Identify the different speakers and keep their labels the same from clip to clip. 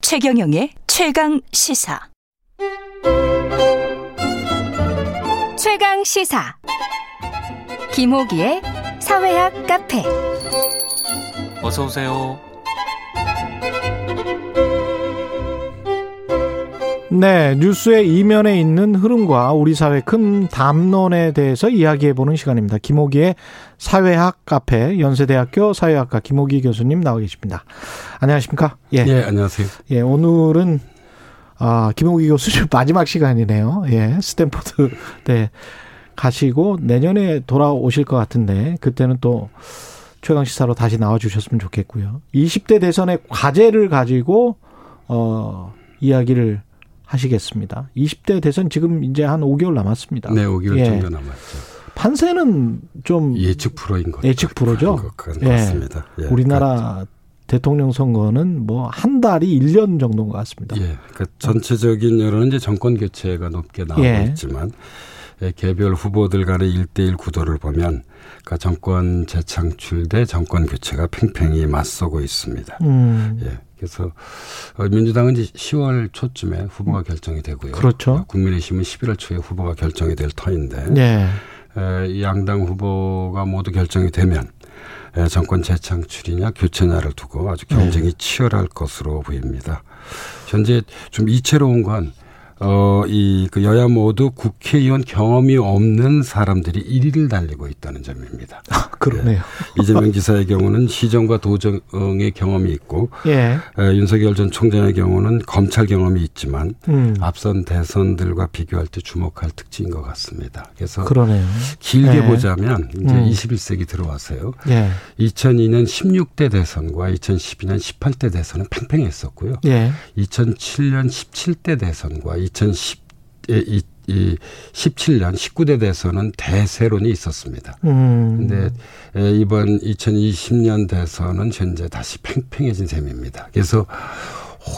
Speaker 1: 최경영의 최강 시사.
Speaker 2: 최강 시사 김호기의 사회학 카페
Speaker 3: 어서 오세요.
Speaker 4: 네, 뉴스의 이면에 있는 흐름과 우리 사회 큰 담론에 대해서 이야기해보는 시간입니다. 김호기의 사회학 카페 연세대학교 사회학과 김호기 교수님 나와 계십니다. 안녕하십니까? 예,
Speaker 5: 예, 안녕하세요.
Speaker 4: 예, 오늘은 아 김호기 교수님 마지막 시간이네요. 예, 스탠포드 대 가시고 내년에 돌아오실 것 같은데 그때는 또 최강 시사로 다시 나와주셨으면 좋겠고요. 20대 대선의 과제를 가지고 어 이야기를 하시겠습니다. 20대 대선 지금 이제 한 5개월 남았습니다.
Speaker 5: 네, 5개월
Speaker 4: 예.
Speaker 5: 정도 남았죠.
Speaker 4: 판세는 좀
Speaker 5: 예측 불허인 것
Speaker 4: 예측 불허죠?
Speaker 5: 같,
Speaker 4: 예.
Speaker 5: 같습니다. 예.
Speaker 4: 우리나라 대통령 선거는 뭐 한 달이 1년 정도인 것 같습니다.
Speaker 5: 예, 그 전체적인 여론은 이제 정권 교체가 높게 나오고
Speaker 4: 예.
Speaker 5: 있지만 예, 개별 후보들 간의 1대1 구도를 보면 그 정권 재창출 대 정권 교체가 팽팽히 맞서고 있습니다.
Speaker 4: 음.
Speaker 5: 예, 그래서 어, 민주당은 이제 10월 초쯤에 후보가 결정이 되고요.
Speaker 4: 그렇죠.
Speaker 5: 국민의힘은 11월 초에 후보가 결정이 될 터인데
Speaker 4: 예.
Speaker 5: 에, 이 양당 후보가 모두 결정이 되면 에, 정권 재창출이냐 교체냐를 두고 아주 경쟁이 치열할 것으로 보입니다. 현재 좀 이채로운 건 어, 이, 그 여야 모두 국회의원 경험이 없는 사람들이 1위를 달리고 있다는 점입니다.
Speaker 4: 그러네요.
Speaker 5: 이재명 지사의 경우는 시정과 도정의 경험이 있고,
Speaker 4: 예.
Speaker 5: 에, 윤석열 전 총장의 경우는 검찰 경험이 있지만,
Speaker 4: 음.
Speaker 5: 앞선 대선들과 비교할 때 주목할 특징인 것 같습니다. 그래서
Speaker 4: 그러네요.
Speaker 5: 길게
Speaker 4: 네.
Speaker 5: 보자면 이제
Speaker 4: 음.
Speaker 5: 21세기 들어와서요.
Speaker 4: 예.
Speaker 5: 2002년 16대 대선과 2012년 18대 대선은 팽팽했었고요.
Speaker 4: 예.
Speaker 5: 2007년 17대 대선과 2010 예, 이, 이 17년 19대 대선은 대세론이 있었습니다.
Speaker 4: 음.
Speaker 5: 근데 에, 이번 2020년 대선은 현재 다시 팽팽해진 셈입니다. 그래서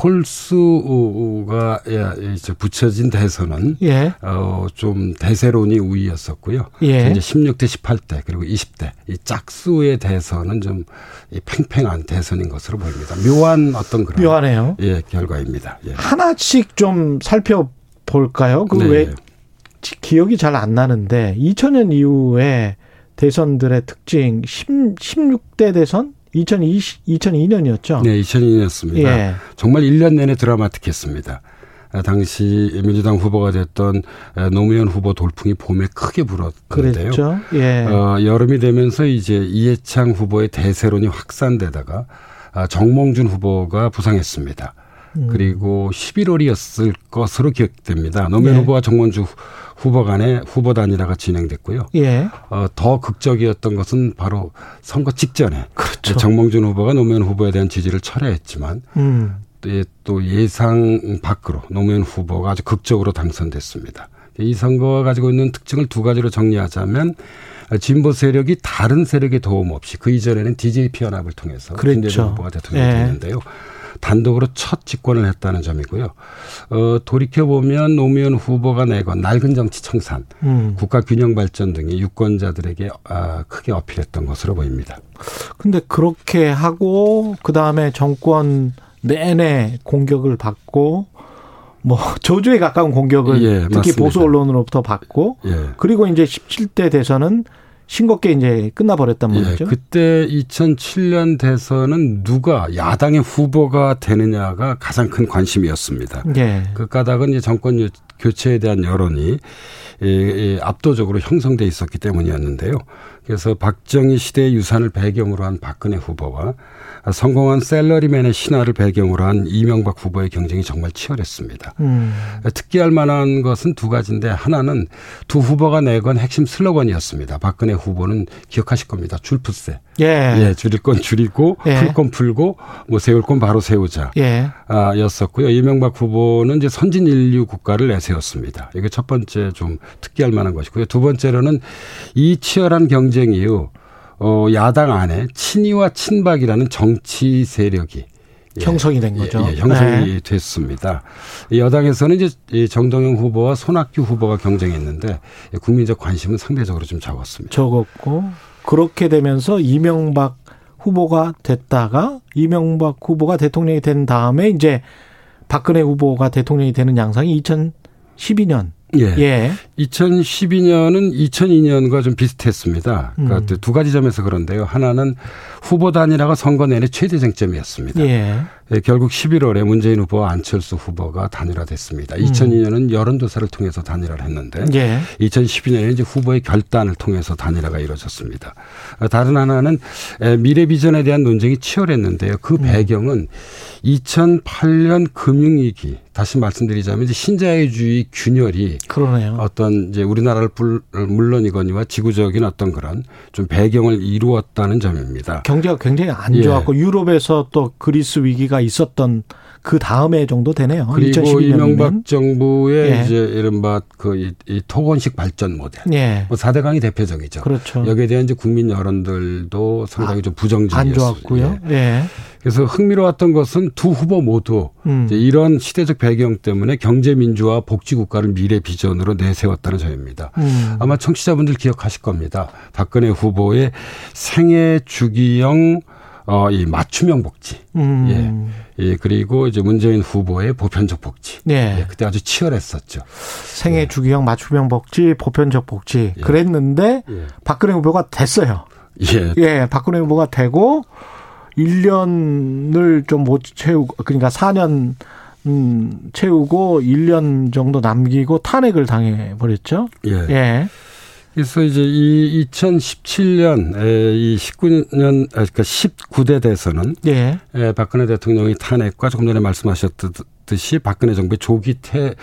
Speaker 5: 홀수가 예, 이제 붙여진 대선은
Speaker 4: 예.
Speaker 5: 어, 좀 대세론이 우위였었고요.
Speaker 4: 예.
Speaker 5: 이제 16대, 18대, 그리고 20대. 이 짝수의 대선은 좀이 팽팽한 대선인 것으로 보입니다. 묘한 어떤 그런
Speaker 4: 묘하네요.
Speaker 5: 예, 결과입니다. 예.
Speaker 4: 하나씩 좀 살펴볼까요? 그
Speaker 5: 네,
Speaker 4: 왜
Speaker 5: 예.
Speaker 4: 지- 기억이 잘 안 나는데 2000년 이후에 대선들의 특징 10, 16대 대선 2020, 2002년이었죠.
Speaker 5: 네, 2002년이었습니다.
Speaker 4: 예.
Speaker 5: 정말 1년 내내 드라마틱했습니다. 아, 당시 민주당 후보가 됐던 아, 노무현 후보 돌풍이 봄에 크게 불었는데요.
Speaker 4: 그랬죠. 예.
Speaker 5: 어, 여름이 되면서 이제 이해창 후보의 대세론이 확산되다가 아, 정몽준 후보가 부상했습니다.
Speaker 4: 음.
Speaker 5: 그리고 11월이었을 것으로 기억됩니다. 노무현
Speaker 4: 예.
Speaker 5: 후보와 정몽준 후- 후보 간의 후보 단일화가 진행됐고요.
Speaker 4: 예.
Speaker 5: 어, 더 극적이었던 것은 바로 선거 직전에
Speaker 4: 그렇죠.
Speaker 5: 정몽준 후보가 노무현 후보에 대한 지지를 철회했지만
Speaker 4: 음.
Speaker 5: 또 예- 또 예상 밖으로 노무현 후보가 아주 극적으로 당선됐습니다. 이 선거가 가지고 있는 특징을 두 가지로 정리하자면 진보 세력이 다른 세력의 도움 없이 그 이전에는 DJP 연합을 통해서
Speaker 4: 그랬죠.
Speaker 5: 김대중 후보가 대통령이
Speaker 4: 예.
Speaker 5: 됐는데요. 단독으로 첫 집권을 했다는 점이고요. 어, 돌이켜보면 노무현 후보가 내건 낡은 정치 청산,
Speaker 4: 음.
Speaker 5: 국가 균형 발전 등의 유권자들에게 아, 크게 어필했던 것으로 보입니다.
Speaker 4: 근데 그렇게 하고 그다음에 정권 내내 공격을 받고 뭐 저주에 가까운 공격을
Speaker 5: 예,
Speaker 4: 특히
Speaker 5: 맞습니다.
Speaker 4: 보수 언론으로부터 받고
Speaker 5: 예.
Speaker 4: 그리고 이제 17대 대선은 싱겁게 이제 끝나버렸단 말이죠.
Speaker 5: 예, 그때 2007년 대선은 누가 야당의 후보가 되느냐가 가장 큰 관심이었습니다.
Speaker 4: 예.
Speaker 5: 그 까닭은 이제 정권 요- 교체에 대한 여론이 이- 이 압도적으로 형성돼 있었기 때문이었는데요. 그래서 박정희 시대의 유산을 배경으로 한 박근혜 후보와 성공한 셀러리맨의 신화를 배경으로 한 이명박 후보의 경쟁이 정말 치열했습니다.
Speaker 4: 음.
Speaker 5: 특기할 만한 것은 두 가지인데 하나는 두 후보가 내건 핵심 슬로건이었습니다. 박근혜 후보는 기억하실 겁니다. 줄풋세.
Speaker 4: 예.
Speaker 5: 예, 줄일 건 줄이고
Speaker 4: 예.
Speaker 5: 풀 건 풀고 뭐 세울 건 바로 세우자.
Speaker 4: 예.
Speaker 5: 아, 였었고요. 이명박 후보는 이제 선진 인류 국가를 내세웠습니다. 이게 첫 번째 좀 특기할 만한 것이고요. 두 번째로는 이 치열한 경쟁 이후 어, 야당 안에 친이와 친박이라는 정치 세력이 예,
Speaker 4: 형성이 된 거죠. 네.
Speaker 5: 예, 예, 형성이 됐습니다. 이 여당에서는 이제 이 정동영 후보와 손학규 후보가 경쟁했는데 국민적 관심은 상대적으로 좀 적었습니다.
Speaker 4: 적었고 그렇게 되면서 이명박 후보가 됐다가 이명박 후보가 대통령이 된 다음에 이제 박근혜 후보가 대통령이 되는 양상이 2012년.
Speaker 5: 예.
Speaker 4: 예.
Speaker 5: 2012년은 2002년과 좀 비슷했습니다. 그러니까
Speaker 4: 음.
Speaker 5: 또두 가지 점에서 그런데요. 하나는 후보 단일화가 선거 내내 최대 쟁점이었습니다.
Speaker 4: 예.
Speaker 5: 예, 결국 11월에 문재인 후보와 안철수 후보가 단일화됐습니다. 2002년은 여론조사를 통해서 단일화를 했는데
Speaker 4: 음. 예.
Speaker 5: 2012년에 이제 후보의 결단을 통해서 단일화가 이루어졌습니다. 어, 다른 하나는 에, 미래 비전에 대한 논쟁이 치열했는데요. 그
Speaker 4: 음.
Speaker 5: 배경은 2008년 금융위기 다시 말씀드리자면 이제 신자유주의 균열이 아.
Speaker 4: 그러네요.
Speaker 5: 음. 어떤 이제 우리나라를 불- 물론이거니와 지구적인 어떤 그런 좀 배경을 이루었다는 점입니다.
Speaker 4: 경제가 굉장히 안
Speaker 5: 예.
Speaker 4: 좋았고 유럽에서 또 그리스 위기가 있었던 그 다음에 정도 되네요.
Speaker 5: 그리고
Speaker 4: 어, 2012년이면.
Speaker 5: 이명박 정부의
Speaker 4: 예.
Speaker 5: 이제 이른바 그이 이 토건식 발전 모델.
Speaker 4: 예.
Speaker 5: 뭐 4대강이 대표적이죠.
Speaker 4: 그렇죠. 아,
Speaker 5: 여기에 대한 이제 국민 여론들도 상당히 좀 부정적이었어요.
Speaker 4: 안 좋았고요.
Speaker 5: 예.
Speaker 4: 예.
Speaker 5: 그래서 흥미로웠던 것은 두 후보 모두
Speaker 4: 음.
Speaker 5: 이제 이런 시대적 배경 때문에 경제 민주화 복지 국가를 미래 비전으로 내세웠다는 점입니다.
Speaker 4: 음.
Speaker 5: 아마 청취자분들 기억하실 겁니다. 박근혜 후보의 생애 주기형 어, 이 맞춤형 복지.
Speaker 4: 음.
Speaker 5: 예, 그리고 이제 문재인 후보의 보편적 복지.
Speaker 4: 예.
Speaker 5: 예, 그때 아주 치열했었죠.
Speaker 4: 생애
Speaker 5: 예.
Speaker 4: 주기형 맞춤형 복지, 보편적 복지 그랬는데
Speaker 5: 예.
Speaker 4: 박근혜 후보가 됐어요.
Speaker 5: 예.
Speaker 4: 예, 박근혜 후보가 되고 1년을 좀 못 채우고 그러니까 4년 음, 채우고 1년 정도 남기고 탄핵을 당해 버렸죠.
Speaker 5: 예.
Speaker 4: 예.
Speaker 5: 그래서 이제 이 2017년, 에, 이 19년, 아, 그러니까 19대 대선은
Speaker 4: 예.
Speaker 5: 에, 박근혜 대통령의 탄핵과 조금 전에 말씀하셨듯이 박근혜 정부의 조기 퇴,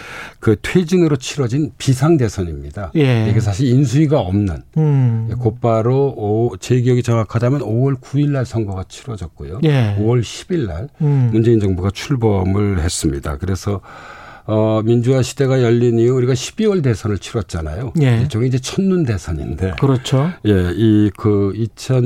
Speaker 5: 그 퇴진으로 치러진 비상 대선입니다.
Speaker 4: 예.
Speaker 5: 이게 사실 인수위가 없는
Speaker 4: 음.
Speaker 5: 예, 곧바로 오, 제 기억이 정확하다면 5월 9일 날 선거가 치러졌고요.
Speaker 4: 예.
Speaker 5: 5월 10일 날
Speaker 4: 음.
Speaker 5: 문재인 정부가 출범을 했습니다. 그래서 어, 민주화 시대가 열린 이후 우리가 12월 대선을 치렀잖아요.
Speaker 4: 예.
Speaker 5: 일종의 이제 첫눈 대선인데.
Speaker 4: 그렇죠.
Speaker 5: 예, 이 그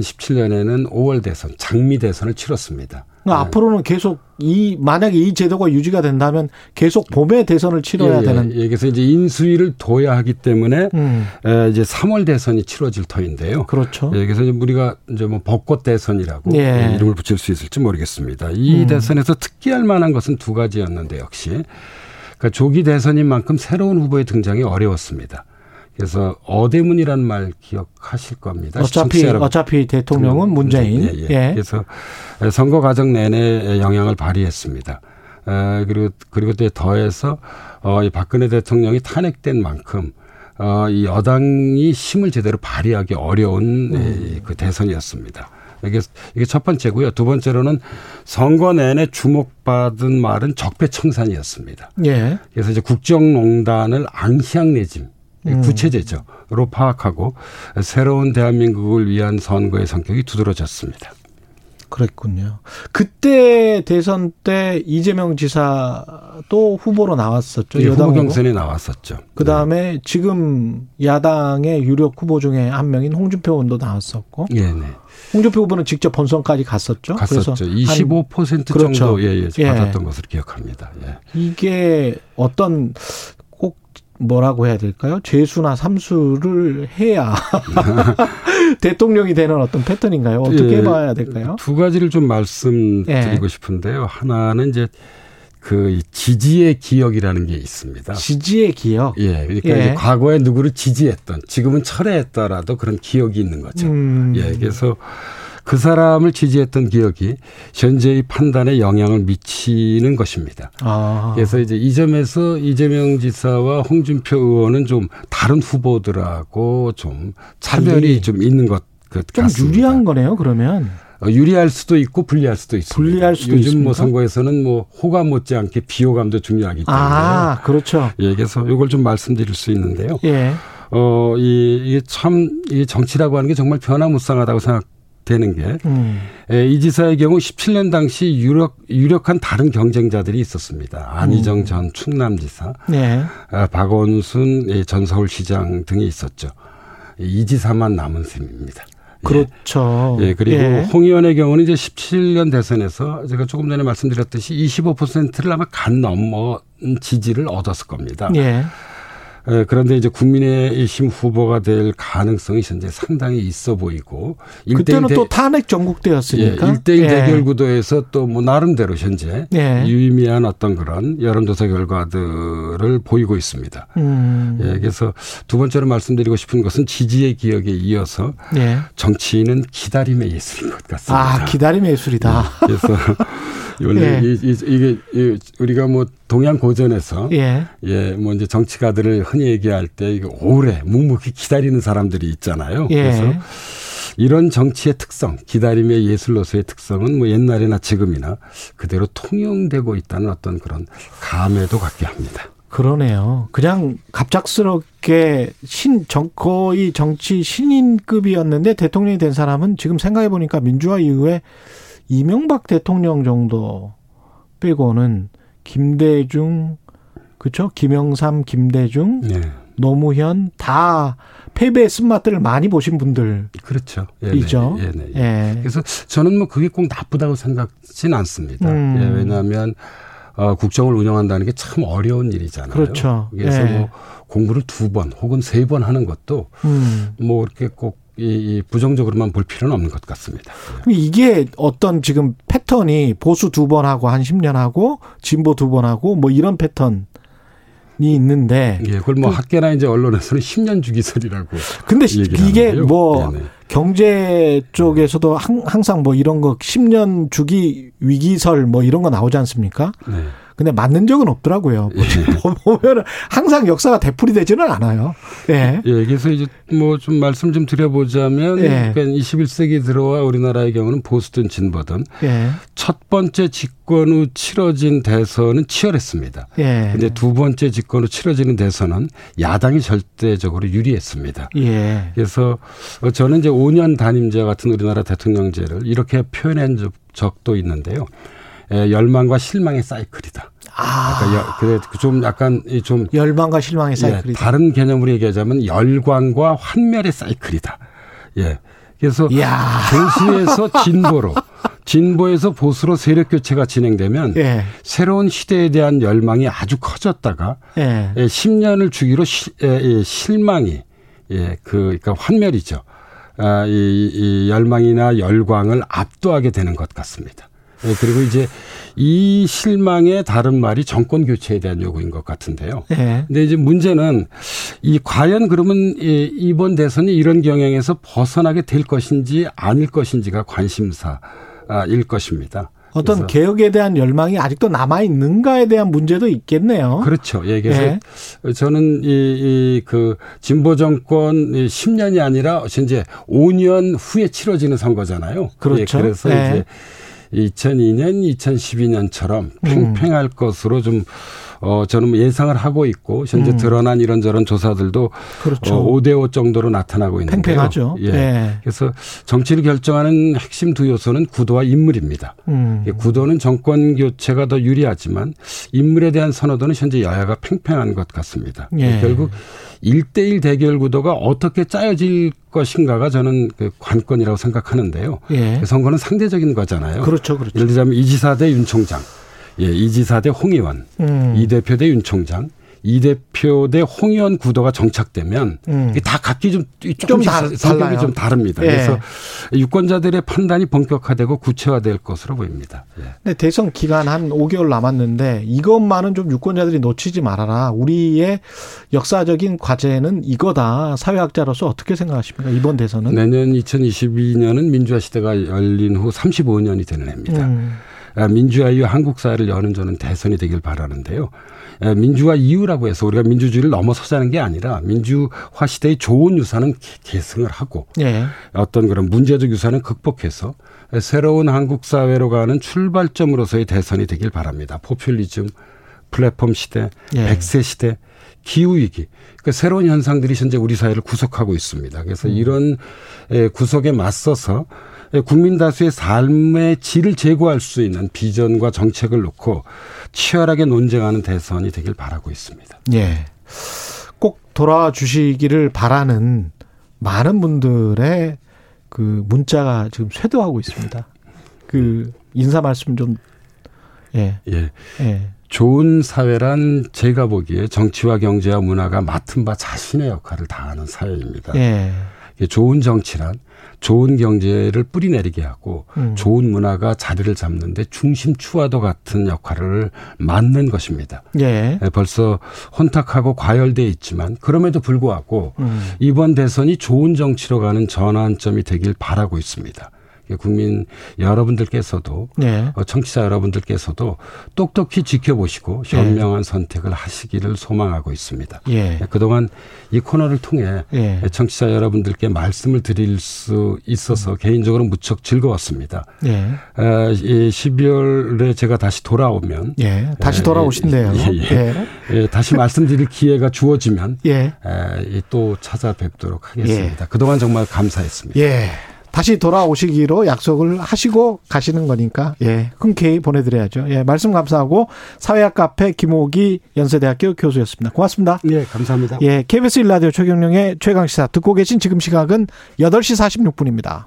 Speaker 5: 2017년에는 5월 대선, 장미 대선을 치렀습니다.
Speaker 4: 그러니까 앞으로는 계속 이 만약에 이 제도가 유지가 된다면 계속 봄에 대선을 치러야
Speaker 5: 예, 예.
Speaker 4: 되는
Speaker 5: 예, 그래서 이제 인수위를 둬야 하기 때문에
Speaker 4: 음.
Speaker 5: 에, 이제 3월 대선이 치러질 터인데요.
Speaker 4: 그렇죠.
Speaker 5: 예, 그래서 이제 우리가 이제 뭐 벚꽃 대선이라고
Speaker 4: 예. 음.
Speaker 5: 이름을 붙일 수 있을지 모르겠습니다. 이 대선에서 특기할 만한 것은 두 가지였는데 역시 그러니까 조기 대선인 만큼 새로운 후보의 등장이 어려웠습니다. 그래서 어대문이란 말 기억하실 겁니다.
Speaker 4: 어차피
Speaker 5: 시청자 여러분.
Speaker 4: 어차피 대통령은 문재인.
Speaker 5: 예, 예.
Speaker 4: 예.
Speaker 5: 그래서 선거 과정 내내 영향을 발휘했습니다. 에, 그리고 그리고 또 더해서 어, 이 박근혜 대통령이 탄핵된 만큼 어, 이 여당이 힘을 제대로 발휘하기 어려운
Speaker 4: 음.
Speaker 5: 이, 그 대선이었습니다. 이게 이게 첫 번째고요. 두 번째로는 선거 내내 주목받은 말은 적폐청산이었습니다.
Speaker 4: 예.
Speaker 5: 그래서 이제 국정농단을 앙시앙내짐
Speaker 4: 음.
Speaker 5: 구체제죠로 파악하고 새로운 대한민국을 위한 선거의 성격이 두드러졌습니다.
Speaker 4: 그랬군요. 그때 대선 때 이재명 지사도 후보로 나왔었죠.
Speaker 5: 이
Speaker 4: 여당
Speaker 5: 예, 후보
Speaker 4: 후보.
Speaker 5: 경선에 나왔었죠.
Speaker 4: 그 다음에 지금 야당의 유력 후보 중에 한 명인 홍준표 의원도 나왔었고,
Speaker 5: 네. 예, 네.
Speaker 4: 홍준표 후보는 직접 본선까지 갔었죠.
Speaker 5: 갔었죠.
Speaker 4: 그래서 한
Speaker 5: 25%
Speaker 4: 그렇죠.
Speaker 5: 정도 예, 예,
Speaker 4: 예.
Speaker 5: 받았던 것으로 기억합니다. 예.
Speaker 4: 이게 어떤 꼭 뭐라고 해야 될까요? 재수나 삼수를 해야 대통령이 되는 어떤 패턴인가요? 어떻게
Speaker 5: 예.
Speaker 4: 봐야 될까요? 예.
Speaker 5: 두 가지를 좀 말씀드리고 싶은데요. 하나는 이제 그이 지지의 기억이라는 게 있습니다.
Speaker 4: 지지의 기억.
Speaker 5: 어. 예, 그러니까
Speaker 4: 예.
Speaker 5: 이제 과거에 누구를 지지했던, 지금은 철회했더라도 그런 기억이 있는 거죠.
Speaker 4: 음.
Speaker 5: 예, 그래서 그 사람을 지지했던 기억이 현재의 판단에 영향을 미치는 것입니다.
Speaker 4: 아.
Speaker 5: 그래서 이제 이 점에서 이재명 지사와 홍준표 의원은 좀 다른 후보들하고 좀 차별이
Speaker 4: 달리.
Speaker 5: 좀 있는 것. 같-
Speaker 4: 좀
Speaker 5: 같습니다.
Speaker 4: 유리한 거네요, 그러면.
Speaker 5: 어, 유리할 수도 있고 불리할 수도 있습니다.
Speaker 4: 불리할 수도
Speaker 5: 요즘 뭐
Speaker 4: 있습니까?
Speaker 5: 선거에서는 뭐 호감 못지않게 비호감도 중요하기 때문에
Speaker 4: 아, 그렇죠.
Speaker 5: 예, 그래서 이걸 좀 말씀드릴 수 있는데요.
Speaker 4: 예.
Speaker 5: 어, 이, 이게 참, 이 정치라고 하는 게 정말 변화무쌍하다고 생각되는 게,
Speaker 4: 음.
Speaker 5: 에, 예, 이 지사의 경우 17년 당시 유력, 유력한 다른 경쟁자들이 있었습니다.
Speaker 4: 음.
Speaker 5: 안희정 전 충남지사,
Speaker 4: 네.
Speaker 5: 아, 박원순 예, 전 서울시장 등이 있었죠. 이 지사만 남은 셈입니다. 예.
Speaker 4: 그렇죠.
Speaker 5: 예, 그리고
Speaker 4: 예.
Speaker 5: 홍 의원의 경우는 이제 17년 대선에서 제가 조금 전에 말씀드렸듯이 25%를 아마 간 넘어 지지를 얻었을 겁니다.
Speaker 4: 예.
Speaker 5: 예, 그런데 이제 국민의힘 후보가 될 가능성이 현재 상당히 있어 보이고
Speaker 4: 그때는
Speaker 5: 대-
Speaker 4: 또 탄핵 전국대였으니까.
Speaker 5: 예, 1대1
Speaker 4: 예.
Speaker 5: 대결 구도에서 또 뭐 나름대로 현재
Speaker 4: 예.
Speaker 5: 유의미한 어떤 그런 여론조사 결과들을 보이고 있습니다.
Speaker 4: 음.
Speaker 5: 예, 그래서 두 번째로 말씀드리고 싶은 것은 지지의 기억에 이어서
Speaker 4: 예.
Speaker 5: 정치인은 기다림의 예술인 것 같습니다.
Speaker 4: 아, 기다림의 예술이다.
Speaker 5: 그래서
Speaker 4: 예.
Speaker 5: 원래 이, 이, 이게 이, 우리가 뭐 동양 고전에서
Speaker 4: 예.
Speaker 5: 예, 뭐 이제 정치가들을 흔히 얘기할 때 이거 오래 묵묵히 기다리는 사람들이 있잖아요.
Speaker 4: 예.
Speaker 5: 그래서 이런 정치의 특성, 기다림의 예술로서의 특성은 뭐 옛날이나 지금이나 그대로 통용되고 있다는 어떤 그런 감에도 갖게 합니다.
Speaker 4: 그러네요. 그냥 갑작스럽게 신, 정, 거의 정치 신인급이었는데 대통령이 된 사람은 지금 생각해보니까 민주화 이후에 이명박 대통령 정도 빼고는 김대중, 그쵸? 김영삼, 김대중,
Speaker 5: 예,
Speaker 4: 노무현 다 패배의 쓴맛들을 많이 보신 분들이죠.
Speaker 5: 그렇죠. 예, 네, 예, 네, 예.
Speaker 4: 예.
Speaker 5: 그래서 저는 뭐 그게 꼭 나쁘다고 생각진 않습니다.
Speaker 4: 음.
Speaker 5: 예, 왜냐하면 어, 국정을 운영한다는 게 참 어려운 일이잖아요.
Speaker 4: 그렇죠.
Speaker 5: 그래서
Speaker 4: 예.
Speaker 5: 뭐 공부를 두 번 혹은 세 번 하는 것도
Speaker 4: 음.
Speaker 5: 뭐 이렇게 꼭 이, 이 부정적으로만 볼 필요는 없는 것 같습니다.
Speaker 4: 그럼 이게 어떤 지금 패턴이 보수 두 번 하고 한 10년 하고 진보 두 번 하고 뭐 이런 패턴이 있는데
Speaker 5: 예, 그걸 뭐 학계나 이제 언론에서는 10년 주기 설이라고.
Speaker 4: 근데
Speaker 5: 얘기를
Speaker 4: 이게
Speaker 5: 하는데요.
Speaker 4: 뭐
Speaker 5: 네네.
Speaker 4: 경제 쪽에서도 항- 항상 뭐 이런 거 10년 주기 위기설 뭐 이런 거 나오지 않습니까?
Speaker 5: 네.
Speaker 4: 근데 맞는 적은 없더라고요.
Speaker 5: 예.
Speaker 4: 보면은 항상 역사가 되풀이 되지는 않아요. 예.
Speaker 5: 예, 그래서 이제 뭐 좀 말씀 좀 드려보자면,
Speaker 4: 예.
Speaker 5: 그러니까 21세기 들어와 우리나라의 경우는 보수든 진보든
Speaker 4: 예.
Speaker 5: 첫 번째 집권 후 치러진 대선은 치열했습니다.
Speaker 4: 예.
Speaker 5: 근데 두 번째 집권 후 치러지는 대선은 야당이 절대적으로 유리했습니다.
Speaker 4: 예.
Speaker 5: 그래서 어, 저는 이제 5년 단임제 같은 우리나라 대통령제를 이렇게 표현한 적- 적도 있는데요. 에, 열망과 실망의 사이클이다.
Speaker 4: 아,
Speaker 5: 그러니까 여- 그래 좀 약간 이좀
Speaker 4: 열망과 실망의
Speaker 5: 예,
Speaker 4: 사이클이
Speaker 5: 다른 개념으로 얘기하자면 열광과 환멸의 사이클이다. 예. 그래서
Speaker 4: 이야.
Speaker 5: 보수에서 진보로, 진보에서 보수로 세력 교체가 진행되면
Speaker 4: 예.
Speaker 5: 새로운 시대에 대한 열망이 아주 커졌다가
Speaker 4: 예.
Speaker 5: 예, 10년을 주기로 시- 예, 예, 실망이 예, 그 그러니까 환멸이죠. 아, 이, 이- 이 열망이나 열광을 압도하게 되는 것 같습니다. 예, 그리고 이제 이 실망의 다른 말이 정권 교체에 대한 요구인 것 같은데요.
Speaker 4: 예.
Speaker 5: 근데 이제 문제는 이 과연 그러면 이- 이번 대선이 이런 경향에서 벗어나게 될 것인지 아닐 것인지가 아, 관심사일 것입니다.
Speaker 4: 어떤
Speaker 5: 그래서
Speaker 4: 개혁에 대한 열망이 아직도 남아 있는가에 대한 문제도 있겠네요.
Speaker 5: 그렇죠. 예, 그래서
Speaker 4: 네.
Speaker 5: 저는 이, 이, 그, 진보 정권 10년이 아니라 이제 5년 후에 치러지는 선거잖아요.
Speaker 4: 그렇죠.
Speaker 5: 예, 그래서
Speaker 4: 예.
Speaker 5: 이제 2002년,
Speaker 4: 음.
Speaker 5: 2012년처럼 팽팽할 것으로 좀, 어, 저는 뭐 예상을 하고 있고,
Speaker 4: 음.
Speaker 5: 현재 드러난 이런저런 조사들도
Speaker 4: 그렇죠.
Speaker 5: 어, 5대5 정도로 나타나고 있는데요.
Speaker 4: 팽팽하죠.
Speaker 5: 예.
Speaker 4: 예.
Speaker 5: 그래서 정치를 결정하는 핵심 두 요소는 구도와 인물입니다.
Speaker 4: 음.
Speaker 5: 예, 구도는 정권 교체가 더 유리하지만 인물에 대한 선호도는 현재 여야가 팽팽한 것 같습니다.
Speaker 4: 예.
Speaker 5: 예, 결국 1대1 대결 구도가 어떻게 짜여질 것인가가 저는 그 관건이라고 생각하는데요. 그
Speaker 4: 예.
Speaker 5: 선거는 상대적인 거잖아요.
Speaker 4: 그렇죠. 그렇죠.
Speaker 5: 예를 들자면 이지사 대 윤 총장, 예, 이지사 대 홍 의원,
Speaker 4: 음.
Speaker 5: 이 대표 대 윤 총장, 이 대표 대 홍 의원 구도가 정착되면
Speaker 4: 음.
Speaker 5: 이게 다 각기 좀, 조금씩
Speaker 4: 좀 다르-
Speaker 5: 성격이
Speaker 4: 달라요.
Speaker 5: 좀 다릅니다.
Speaker 4: 예.
Speaker 5: 그래서 유권자들의 판단이 본격화되고 구체화될 것으로 보입니다. 예.
Speaker 4: 근데 대선 기간 한 5개월 남았는데 이것만은 좀 유권자들이 놓치지 말아라. 우리의 역사적인 과제는 이거다. 사회학자로서 어떻게 생각하십니까? 이번 대선은?
Speaker 5: 내년 2022년은 민주화 시대가 열린 후 35년이 되는 해입니다.
Speaker 4: 음.
Speaker 5: 아, 민주화 이후 한국 사회를 여는 저는 대선이 되길 바라는데요. 아, 민주화 이후라고 해서 우리가 민주주의를 넘어서자는 게 아니라 민주화 시대의 좋은 유산은 계- 계승을 하고
Speaker 4: 예.
Speaker 5: 어떤 그런 문제적 유산은 극복해서 새로운 한국 사회로 가는 출발점으로서의 대선이 되길 바랍니다. 포퓰리즘, 플랫폼 시대,
Speaker 4: 예.
Speaker 5: 백세 시대, 기후 위기, 그 새로운 현상들이 현재 우리 사회를 구속하고 있습니다. 그래서 이런 에, 구속에 맞서서 에, 국민 다수의 삶의 질을 제고할 수 있는 비전과 정책을 놓고 치열하게 논쟁하는 대선이 되길 바라고 있습니다.
Speaker 4: 예. 꼭 돌아와 주시기를 바라는 많은 분들의 그 문자가 지금 쇄도하고 있습니다. 그 인사 말씀 좀 예.
Speaker 5: 예.
Speaker 4: 예.
Speaker 5: 좋은 사회란 제가 보기에 정치와 경제와 문화가 맡은 바 자신의 역할을 다하는 사회입니다.
Speaker 4: 예.
Speaker 5: 좋은 정치란 좋은 경제를 뿌리내리게 하고
Speaker 4: 음.
Speaker 5: 좋은 문화가 자리를 잡는데 중심추와도 같은 역할을 맡는 것입니다.
Speaker 4: 예.
Speaker 5: 예, 벌써 혼탁하고 과열돼 있지만 그럼에도 불구하고
Speaker 4: 음.
Speaker 5: 이번 대선이 좋은 정치로 가는 전환점이 되길 바라고 있습니다. 예, 국민 여러분들께서도
Speaker 4: 예.
Speaker 5: 어, 청취자 여러분들께서도 똑똑히 지켜보시고
Speaker 4: 네.
Speaker 5: 현명한 선택을 하시기를 소망하고 있습니다.
Speaker 4: 예.
Speaker 5: 예, 그동안 이 코너를 통해
Speaker 4: 예.
Speaker 5: 청취자 여러분들께 말씀을 드릴 수
Speaker 4: 음.
Speaker 5: 있어서 개인적으로 무척 즐거웠습니다.
Speaker 4: 예.
Speaker 5: 에, 이 12월에 제가 다시 돌아오면
Speaker 4: 예. 다시
Speaker 5: 예,
Speaker 4: 돌아오신대요.
Speaker 5: 예, 예.
Speaker 4: 예.
Speaker 5: 예, 다시 말씀드릴 기회가 주어지면
Speaker 4: 예.
Speaker 5: 에, 이또 찾아뵙도록 하겠습니다. 그동안 정말 감사했습니다.
Speaker 4: 예. 다시 돌아오시기로 약속을 하시고 가시는 거니까 예. 흔쾌히 보내 드려야죠. 예. 말씀 감사하고 사회학 카페 김옥이 연세대학교 교수였습니다. 고맙습니다.
Speaker 5: 예, 감사합니다.
Speaker 4: 예. KBS 일라디오 최경령의 최강 시사 듣고 계신 지금 시각은 8시 46분입니다.